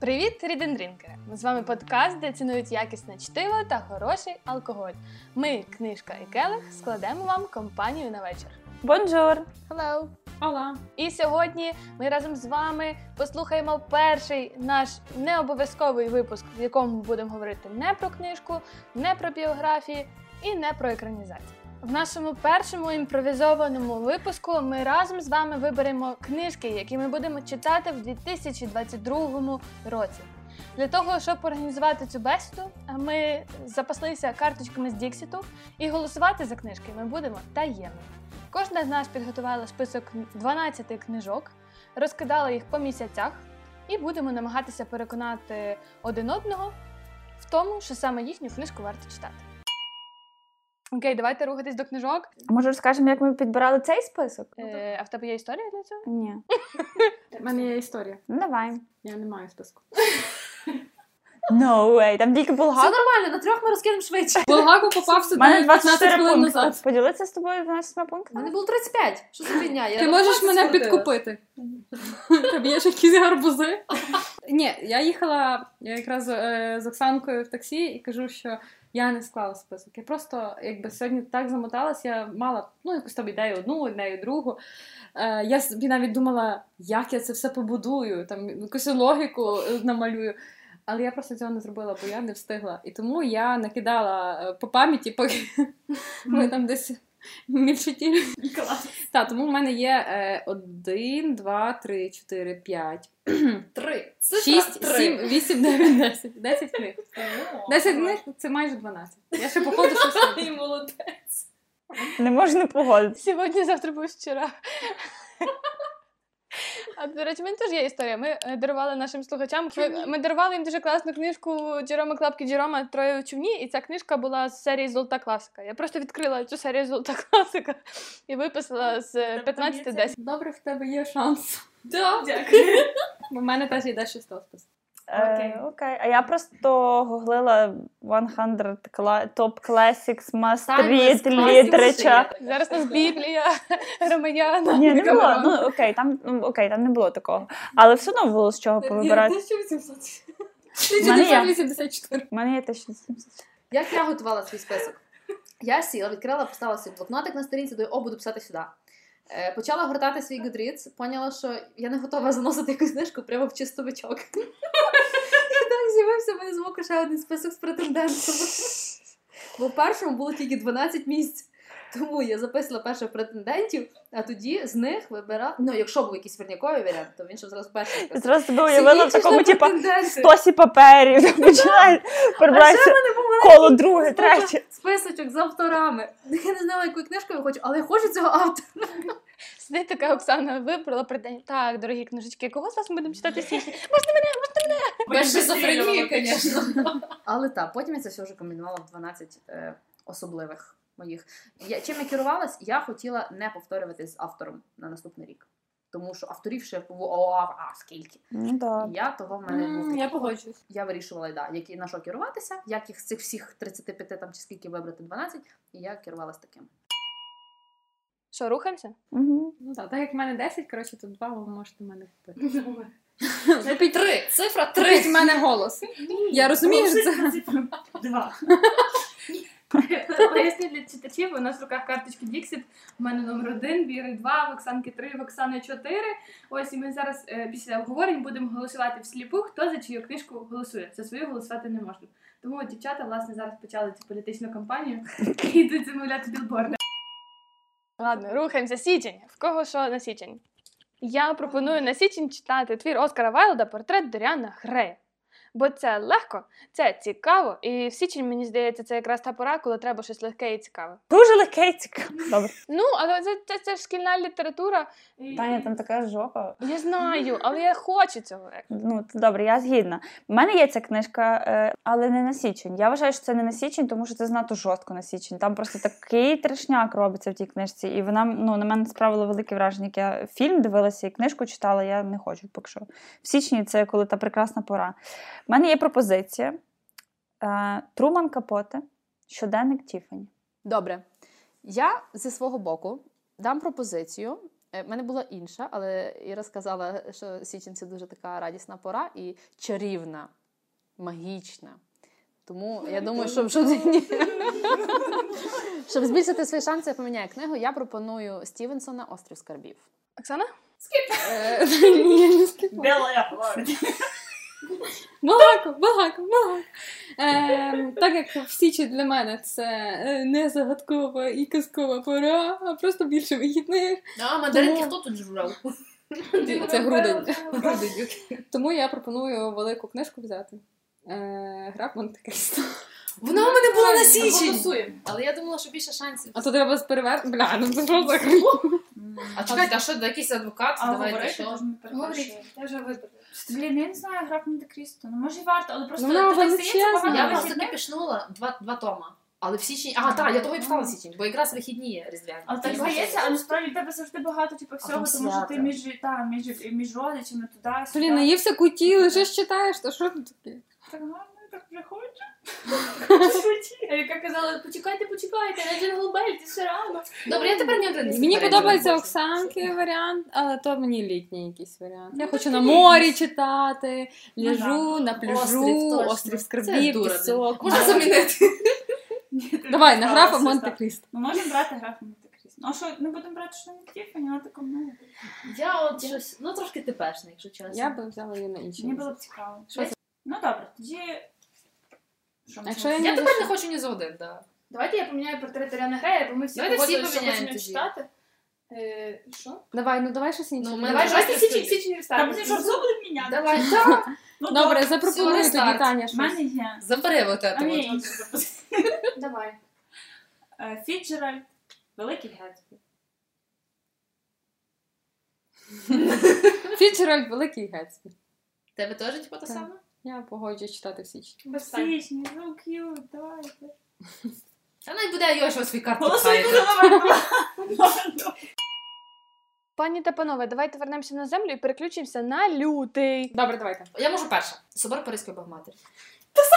Привіт, рідендрінкери! З вами подкаст, де цінують якісне чтиво та хороший алкоголь. Ми, книжка і келих, складемо вам компанію на вечір. Бонжур! Hello! Ола! І сьогодні ми разом з вами послухаємо перший наш необов'язковий випуск, в якому ми будемо говорити не про книжку, не про біографії і не про екранізацію. В нашому першому імпровізованому випуску ми разом з вами виберемо книжки, які ми будемо читати в 2022 році. Для того, щоб організувати цю бесіду, ми запаслися карточками з Діксіту і голосувати за книжки ми будемо таємно. Кожна з нас підготувала список 12 книжок, розкидала їх по місяцях, і будемо намагатися переконати один одного в тому, що саме їхню книжку варто читати. Окей, давайте рухатись до книжок. Може розкажемо, як ми підбирали цей список? Е, а в тебе є історія для цього? Ні. У мене є історія. Ну давай. Я не маю списку. No way, там тільки Все булгак. нормально, на трьох ми розкинемо швидше. Болгаку попав У сюди мене 15 24 хвилин пункти. назад. Поділитися з тобою 12 У мене пунктами? було 35. Що за фігня? Я Ти можеш просто мене скрутила. підкупити. Тобі є ж якісь гарбузи. Ні, я їхала я якраз е, з Оксанкою в таксі і кажу, що я не склала список. Я просто якби сьогодні так замоталась, я мала ну якусь там ідею одну, ідею другу. Е, я собі навіть думала, як я це все побудую, там якусь логіку е, намалюю. Але я просто цього не зробила, бо я не встигла. І тому я накидала е, по пам'яті, поки ми там десь мільчаті так, тому в мене є е, 1, 2, 3, 4, 5, Три. 6, 7, 8, 9, 10. 10 книг. 10 днів. книг це майже 12. Я ще походу щось. роблю. І молодець. Не можу не погодитися. Сьогодні, завтра буде вчора. А до речі, в мене теж є історія. Ми е, дарували нашим слухачам. Ми, ми дарували їм дуже класну книжку Джерома Клапки Джерома Троє у човні, і ця книжка була з серії Золота класика. Я просто відкрила цю серію Золота класика і виписала з е, 15 до 10. Добре, в тебе є шанс. Дякую. Бо в мене теж йде 6 спис. Е, Окей. А я просто гуглила 100 кла- Top Classics Must Read Literature. Зараз у нас Біблія громадяна. Ні, не було. Камерон. Ну окей, там ну, окей, там не було такого. Але все одно було з чого повибирати. 1800. В мене є. 1984. У мене є 1700. Як я готувала свій список? Я сіла, відкрила, поставила свій блокнотик на сторінці, до о, буду писати сюди. Е, Почала гортати свій Goodreads, поняла, що я не готова заносити якусь книжку прямо в чистовичок. І так з'явився в мене з боку ще один список з претендентами. Бо в першому було тільки 12 місць. Тому я записувала перших претендентів, а тоді з них вибирала. Ну, якщо був якийсь верняковий варіант, то він ще зразу перший. І написав. Зразу себе уявила в Сидіть, такому, типу, йшли типа, претенденти. стосі паперів. Починає перебратися коло друге, третє. Списочок з авторами. Я не знала, яку книжку я хочу, але я хочу цього автора. Сидить така Оксана вибрала придень. Так, дорогі книжечки, кого зараз ми будемо читати січні? Без шизофренії, звісно. Але так, потім я це все вже комбінувала в 12 е, особливих моїх. Я, чим я керувалась, я хотіла не повторювати з автором на наступний рік. Тому що авторів ще було о, а, а, скільки. Ну так. І я того в мене був. такий. Я погоджуюсь. Я вирішувала, да, які, на що керуватися, як їх з цих всіх 35 там чи скільки вибрати 12, і я керувалась таким. Що, рухаємося? Мгм. Ну так, так як в мене 10, коротше, то 2 ви можете мене Ну, купити. Ну, Три! Цифра Трить в мене голос. ну, Я розумію, що це. Два. Поясню для читачів, у нас в руках карточки Діксіт, у мене номер один, Віри два, в Оксанки три, в Оксани чотири. Ось і ми зараз е, після обговорень будемо голосувати всліпу, хто за чию книжку голосує. За свою голосувати не можна. Тому от дівчата власне зараз почали цю політичну кампанію і йдуть замовляти білборди. Ладно, рухаємося. Січень. В кого що на січень? Я пропоную на січень читати твір Оскара Вайлда портрет Доріана Грея. Бо це легко, це цікаво, і в січень, мені здається, це якраз та пора, коли треба щось легке і цікаве. Дуже легке і цікаве. Добре. Ну, але це, це, це ж шкільна література. І- Таня, там така жопа. Я знаю, але я хочу цього. Ну, це добре, я згідна. У мене є ця книжка, е, але не на січень. Я вважаю, що це не на січень, тому що це знато жорстко на січень. Там просто такий трешняк робиться в тій книжці. І вона ну, на мене справила велике враження. як Я фільм дивилася і книжку читала, я не хочу поки що. В січні це коли та прекрасна пора. У мене є пропозиція. Е, Труман Капоте, щоденник Тіфані. Добре. Я зі свого боку дам пропозицію Е, В мене була інша, але Іра сказала, що січень це дуже така радісна пора і чарівна, магічна. Тому я думаю, що в Ну, жодині. Щоб збільшити свої шанси, я поміняю книгу. Я пропоную Стівенсона Острів скарбів. Оксана? Е, Ні, не скипаю. Багако, багако, багако. Е, так як в січі для мене це е, не загадкова і казкова пора, а просто більше вихідних. А, мандаринки Тому- хто тут жрав? Це грудень. Тому я пропоную велику книжку взяти. Е, Гра в монте Крісто. Вона у мене була на січень. Голосуємо. Але я думала, що більше шансів. А то треба перевернути. Бля, ну це що за грі? А чекайте, а що якийсь адвокат? А Давайте говорити що? можна Говоріть, я вже вибрала. Блін, я не знаю, грав Монте Крісто. Ну може і варто, але просто Ну, вона ти так здається, величезна. багато Я Давай просто вихідних. не пішнула два, два тома. Але в січні. А, так, я того і писала в січні, бо якраз вихідні є різдвяні. Але так Я не здається, знаю. але справді в тебе завжди багато типу, всього, там тому що ти свято. між, та, між, між родичами туди. сюди. Блін, наївся куті, лежиш читаєш, то що тут таке? Так гарно, так приходжу. Яка казала, почекайте, почекайте, на джинглбельті все рано. Добре, я тепер не один. Мені подобається Оксанки варіант, але то мені літній якийсь варіант. Ну, Я хочу на морі читати, Ну, лежу на Острів, пляжу, точно. острів Це скарбів, дура, пісок. Можна замінити. Давай, на графа графа Монте Крісто. Ми можемо брати графа Монте Крісто. Ну а що, не будемо брати що не Тіфані, вона таку ну. Я от щось, ну трошки типешне, якщо чесно. Я би взяла її на інші. Мені було б цікаво. Що це? Ну добре, тоді. Що ми Якщо можемо? я Я не тепер не хочу ні за один, так. Давайте я поміняю портрет Ріана Грея, бо ми всі Давайте всі погодилися, що поміняємо хочемо тоді. читати. Е, Що? Давай, ну давай щось інше. Ну, ми- Давай, давайте давайте січень, сюди. січень Та буде, що вставимо. все будемо міняти. Давай. Ну, Добре, Всього запропоную тоді рестарт. Таня В щось. мене є. Забери от А це. мені от. інше запис- Давай. Е, Фіджеральд, Великий Гетсбі. Фіджеральд великий гетсбі. Тебе теж типу те Так. саме? Я погоджуюсь читати в січні. Без питань. Січні, ну к'ют, давайте. Та навіть буде Йошо свій карту. Голосуй пхає. за номер Пані та панове, давайте вернемося на землю і переключимося на лютий. Добре, давайте. Я можу перша. Собор Паризької Богоматері.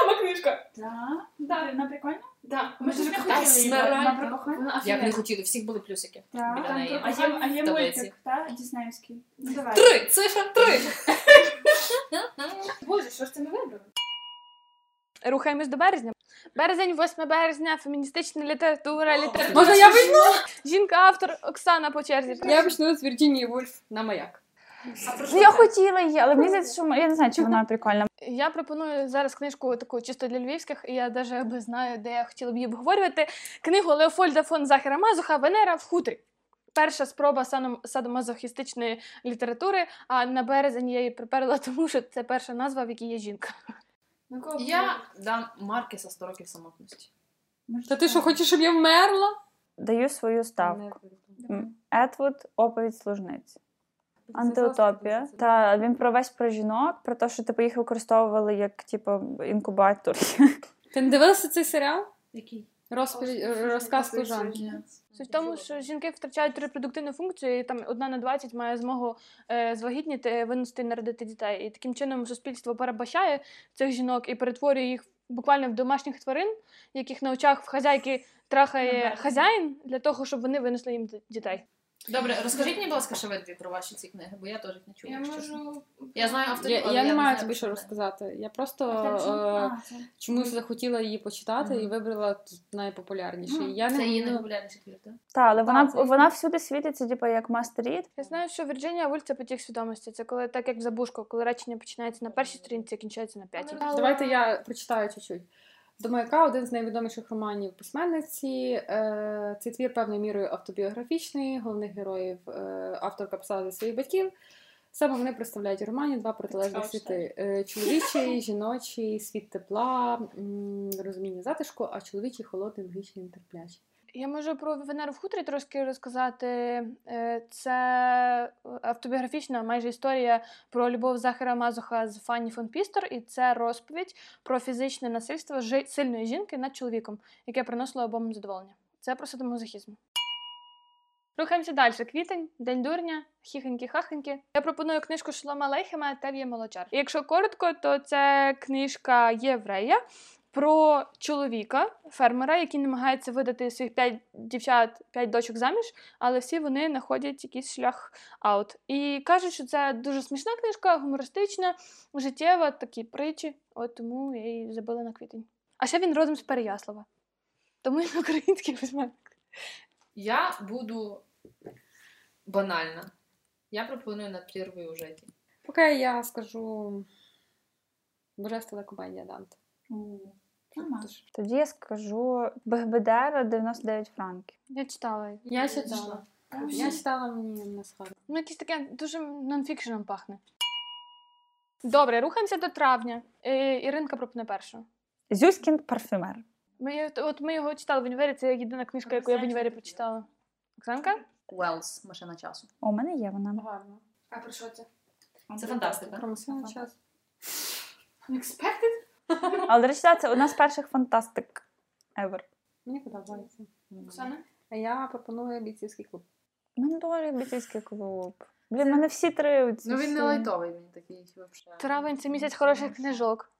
Сама книжка. два. Так, на прикольно? Да. Ми ж не Та хотіли її смирай. на прикольно. Вона Як не офігенна. хотіли, всіх були плюсики. Так. Біля неї. А є, а є В таблиці. мультик, та? Діснеївський. Ну, давай. Три! Цифра три! Боже, що ж ти не вибрала? Рухаємось до березня. Березень, 8 березня, феміністична література, література. Ну, Можна я почну? Жінка-автор Оксана по черзі. Я почну з Вірджинії Вульф на маяк. Ну, я хотіла її, але мені здається, що м- я не знаю, чи вона прикольна. Я пропоную зараз книжку таку чисто для львівських, і я навіть би знаю, де я хотіла б її обговорювати. Книгу Леофольда фон Захера Мазуха Венера в хутрі. Перша спроба саном- садомазохістичної літератури, а на березень я її приперла, тому що це перша назва, в якій є жінка. На кого Я дам Маркеса 100 років самотності. Та ти що, хочеш, щоб я вмерла? Даю свою ставку. М, Етвуд, оповідь служниці. Антиутопія. Та він про весь про жінок, про те, що типу їх використовували як типу інкубатор. Ти не дивилася цей серіал? Який? Розповідь, е, розказ служанки. Суть в тому, що жінки втрачають репродуктивну функцію, і там одна на 20 має змогу е, звагітніти, винести і народити дітей. І таким чином суспільство перебачає цих жінок і перетворює їх буквально в домашніх тварин, яких на очах в хазяйки трахає хазяїн для того, щоб вони винесли їм д- дітей. Добре, розкажіть мені, будь ласка, ще ви дві про ваші ці книги, бо я теж їх не чула. Я якщо чесно. можу. Я знаю авторів, Я, але я не маю знаю тобі що автора. розказати. Я просто А, там чому? е, А, це- чомусь захотіла її почитати і Мгм. вибрала тут найпопулярніший. Мгм. Я Це не її ну, найпопулярніший твір, так? Та, але вона вона всюди світиться, типу, як мастеріт. Я знаю, що Вірджинія Вульф це потік свідомості. Це коли так як в забушку, коли речення починається на першій сторінці, а кінчається на п'ятій. Давайте я прочитаю чуть-чуть. До маяка один з найвідоміших романів письменниці. Е, Цей твір певною мірою автобіографічний. Головних героїв е, авторка писала за своїх батьків. Саме вони представляють у романі два протилежних Цікаво світи: Е, чоловічий, жіночий, світ тепла, м, розуміння затишку, а чоловічий холодний, логічний, нетерплячий. Я можу про Венеру в хутрі трошки розказати. Е, Це е, автобіографічна майже історія про любов Захара Мазуха з Фанні фон Пістер, і це розповідь про фізичне насильство жи- сильної жінки над чоловіком, яке приносило обом задоволення. Це про садомазохізм. Рухаємося далі. Квітень, день дурня, хіхенькі-хахенькі. Я пропоную книжку Шолома Лейхема Тев'є Молочар. Якщо коротко, то це книжка єврея, про чоловіка, фермера, який намагається видати своїх п'ять дівчат, п'ять дочок заміж, але всі вони знаходять якийсь шлях аут. І кажуть, що це дуже смішна книжка, гумористична, життєва, такі притчі. От тому я її забила на квітень. А ще він родом з Переяслава. Тому він український письменник. Я буду банальна. Я пропоную над прірвою у житті. Поки я скажу божественна комедія Данте. Нормально. Тоді я скажу Бегбедера 99 франків. Я читала. її. Я ще читала. Я читала мені не сходу. Ну, якесь таке дуже нонфікшеном пахне. Добре, рухаємося до травня. Е, Іринка пропоне першу. Зюськін парфюмер. Ми, його- от ми його читали в універі, це єдина книжка, яку я в універі прочитала. Оксанка? Уелс, машина часу. О, у мене є вона. Гарно. А про що це? Це фантастика. Промисловий час. Unexpected? Але, до речі, да, це одна з перших фантастик ever. Мені подобається. Оксана? А я пропоную бійцівський клуб. У мене дуже бійцівський клуб. Блін, в мене всі три. оці Ну він всі. не лайтовий, він такий взагалі. Травень це місяць хороших книжок.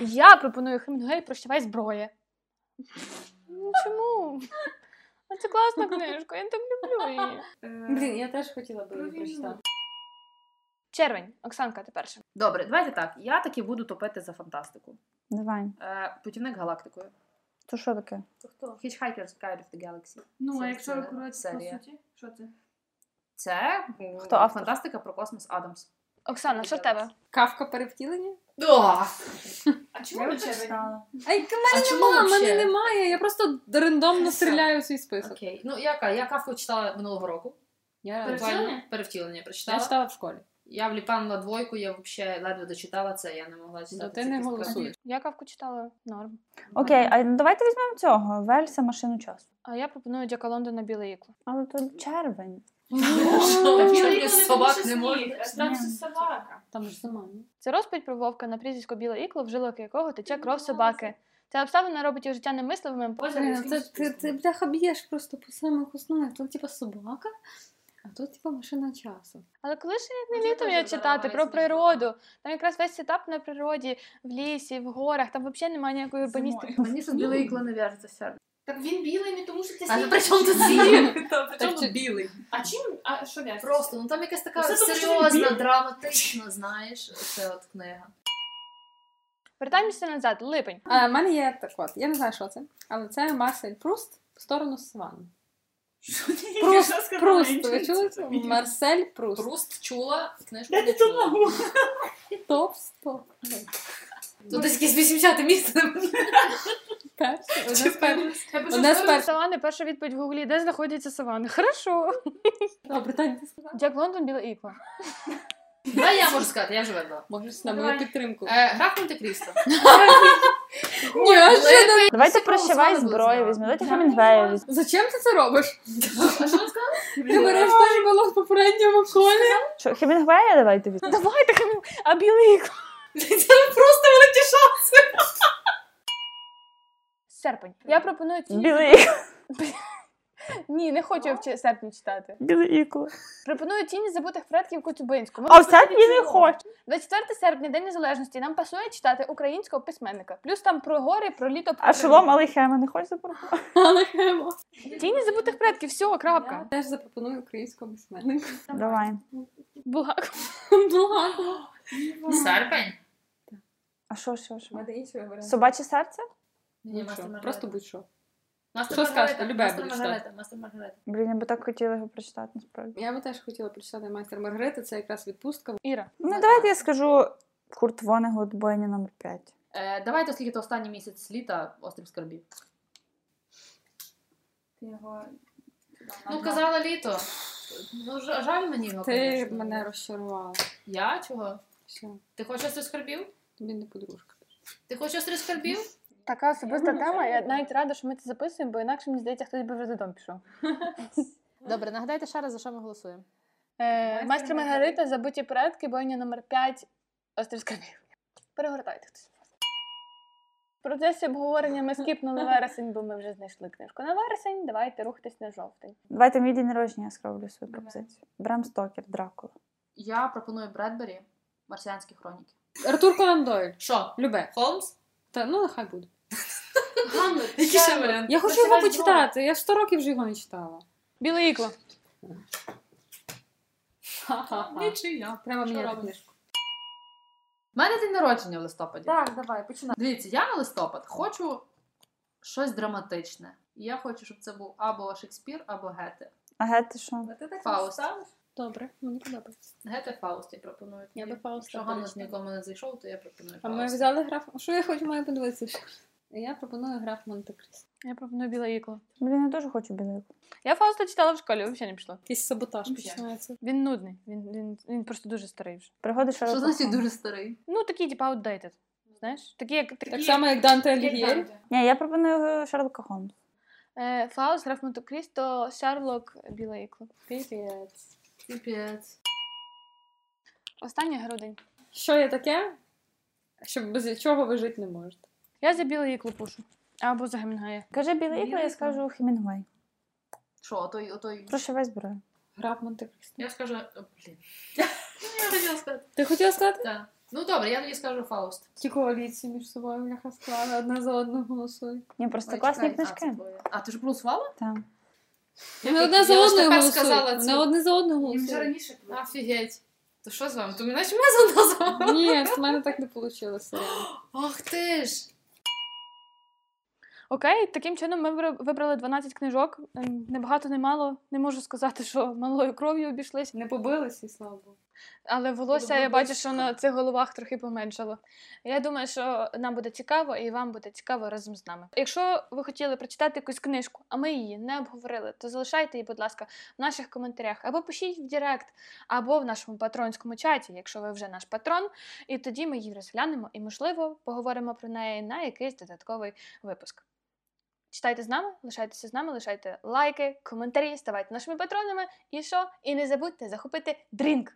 Я пропоную Хемінгуей прощавай зброя. Ну, Чому? А це класна книжка, я так люблю її. Блін, я теж хотіла би Про її війну. прочитати. Червень, Оксанка, ти перша. Добре, давайте так. Я таки буду топити за фантастику. Давай. Е, Путівник галактикою. То що таке? Hitchhiker's Guide of the Galaxy. Ну, Це а якщо все коротше, по серія. суті, що це? Це м, Хто автор? фантастика про космос Адамс. Оксана, що в тебе? Кавка перевтілення? А чому ви читали? А яка в мене А чому нема, вообще? мене немає. Я просто рандомно Все. стріляю у свій список. Окей. Ну, яка? Я кавку читала минулого року. Я, Перевтілення? Буквально перевтілення я прочитала. читала в школі. Я вліпанула двойку, я взагалі ледве дочитала це, я не могла читати. Тобто ти ці не книжки. голосуєш. Я кавку читала норм. Окей, а давайте візьмемо цього. Вельса машину часу. А я пропоную Джека Лондона біле ікло. Але тут червень. Та Та чому чоловік я не Ну, собак пише не можу? сніг, а Там Ні. все собака. Там ж зима. ні? Це розповідь про вовка на прізвисько біле ікло, в жилок якого тече кров собаки. Ця обставина робить його життя немисливим. Блін, ну, Це ти, ти бляха б'єш просто по самих основних. Тут типа собака, а тут типа машина часу. Але коли ж я Ну, не це літом дуже я читати здорова про історія. природу? Там якраз весь сетап на природі, в лісі, в горах, там взагалі немає ніякої урбаністики. Мені щось біле ікло не в'яжеться все. Так він білий, не тому що це А сніг. при чому тут сніг? Причому тут білий? А чим? А що в'яжеться? Просто, ну там якась така Це тому, що він серйозна, білий. драматична, знаєш, це от книга. Вертаємося назад, липень. А, в мене є так от, я не знаю, що це, але це Марсель Пруст в сторону Сван. Що ти Пруст, що сказала? Пруст, ви Інтуїція чули? це? тобі. Марсель Пруст. Пруст чула, книжку Я не не чула. допомогу. Топ 100. Тут десь якесь 80 місце. Перший. Одна з Чи перших. Я пишу Одна з сторіс. перших. Савани, перша відповідь в гуглі, де знаходяться савани? Хорошо. А, Британія ти сказала? Джек Лондон, біле ікло. Давай я можу сказати, я вже видала. Можеш на мою підтримку. Е, Граф Монте-Крісто. Ні, а що ти- Давайте Всі кого прощавай звали, зброю знала. візьмемо. Давайте Я Хемінгвея візьмемо. Зачем ти це робиш? А що ви сказали? Ти береш те, що було в попередньому колі. Що, Хемінгвея давайте візьмемо. Давайте, Кам'ю, а біле ікло. Це просто великі шанси. Серпень. Я пропоную ці. Білий ікло. Ні, не хочу я в чи- серпні читати. Білий ікло. Пропоную тіні забутих предків Коцюбинську. Ми А в серпні не хочу. 24 серпня, День Незалежності, нам пасує читати українського письменника. Плюс там про гори, про літо, про А природу. шолом Алейхема не хочеш запропонувати? Але хемо. Тіні забутих предків, все, Я крапка. теж запропоную українського письменника. Давай. Булгаков. Благо. Серпень. А що, що, що? Мене іншого варіанту. Собаче серце? Ні, Мастер Будь-що. Маргарита. Просто будь-що. Мастер Що скажете? Маргарита, Любе Мастер буде Маргарита, Мастер Маргарита. Блін, я би так хотіла його прочитати насправді. Я би теж хотіла прочитати майстер Маргарити, це якраз відпустка. Іра. Ну, давайте я скажу Курт Вонегут, бойня номер 5. Е, Давайте, оскільки це останній місяць літа, острів скарбів. Ти його- Ну, казала літо. Ну, ж- жаль мені його. Ти конечно. мене розчарувала. Я чого? Все, Ти хочеш острів скарбів? тобі не подружка. Ти хочеш острів скарбів? Така особиста тема. Я навіть рада, що ми це записуємо, бо інакше мені здається, хтось би вже додому пішов. Добре, нагадайте ще раз, за що ми голосуємо. Е, Майстер Маргарита, забуті предки, бойня номер 5, острів скарбів. Перегортайте хтось. В процесі обговорення ми скіпнули вересень, бо ми вже знайшли книжку на вересень. Давайте рухатись на жовтень. Давайте мій день народження я скроблю свою пропозицію. Брам Стокер, Дракула. Я пропоную Бредбері, марсіанські хроніки. Артур Конан Дойль. Що? Любе. Холмс? Та ну нехай буде. Ганна, Який ще варіант? Я хочу його почитати. Я ж 100 років вже його не читала. Біле ікло. Нічия. Треба Що міняти робиш? книжку. У мене день народження в листопаді. Так, давай, починай. Дивіться, я на листопад хочу щось драматичне. І я хочу, щоб це був або Шекспір, або Гете. А гети що? А ти так Фауст. написала? Добре, мені подобається. Гете Фауст я пропоную. Я би Фауста Якщо Ганна ж перечитала. нікому не зайшов, то я пропоную А ми Фауста. взяли граф. Що я хочу маю подивитися? ще? Я пропоную граф Монте-Крісто. Я пропоную біле ікло. Блін, я дуже хочу білий. Я Фауста читала в школі, взагалі не пішла. Якийсь саботаж починається. Він нудний, він, він, він просто дуже старий вже. Пригоди Що Шерлока значить Холмса. дуже старий? Ну, такий, типу, outdated. Знаєш? Такі, як такі. Так само, як Данте Алігєрі. Ні, я пропоную Шерлока Холмса. Е, Фауст, граф Монте-Крісто, Шерлок, біле ікло. Піпець. Піпець. Останній грудень. Що є таке, що без чого ви жити не можете? Я за біле ікло пушу. Або за Гемінгая. Кажи білий ікло, я скажу Хемінгуей. Що, отой, отой. Грошове збираю. Граф Монте-Крісто. Я скажу. О, блін. Ну, Я хотіла сказати. Ти хотіла сказати? Так. Ну добре, я тоді скажу Фауст. Ті коаліції між собою бляха склали, одна за одну голосують. Ні, просто Ой, класні чекай, а, це книжки. твоє. А, ти ж голосувала? Там. Вони одна за Я ж одною тепер голосують. сказала Вони цю. одне за одною Їм вже голосують. раніше було. Офігеть. То що з вами? То мене ж мене назвала. Ні, в мене так не вийшло. Ах ти ж! Окей, таким чином ми вибра- вибрали 12 книжок. Ем, Небагато, не мало. Не можу сказати, що малою кров'ю обійшлися. Не побилися, і слава Богу. Але волосся я бачу, що на цих головах трохи поменшало. Я думаю, що нам буде цікаво і вам буде цікаво разом з нами. Якщо ви хотіли прочитати якусь книжку, а ми її не обговорили, то залишайте її, будь ласка, в наших коментарях або пишіть в Директ, або в нашому патронському чаті, якщо ви вже наш патрон, і тоді ми її розглянемо і, можливо, поговоримо про неї на якийсь додатковий випуск. Читайте з нами, лишайтеся з нами, лишайте лайки, коментарі, ставайте нашими патронами. І що? І не забудьте захопити дрінк!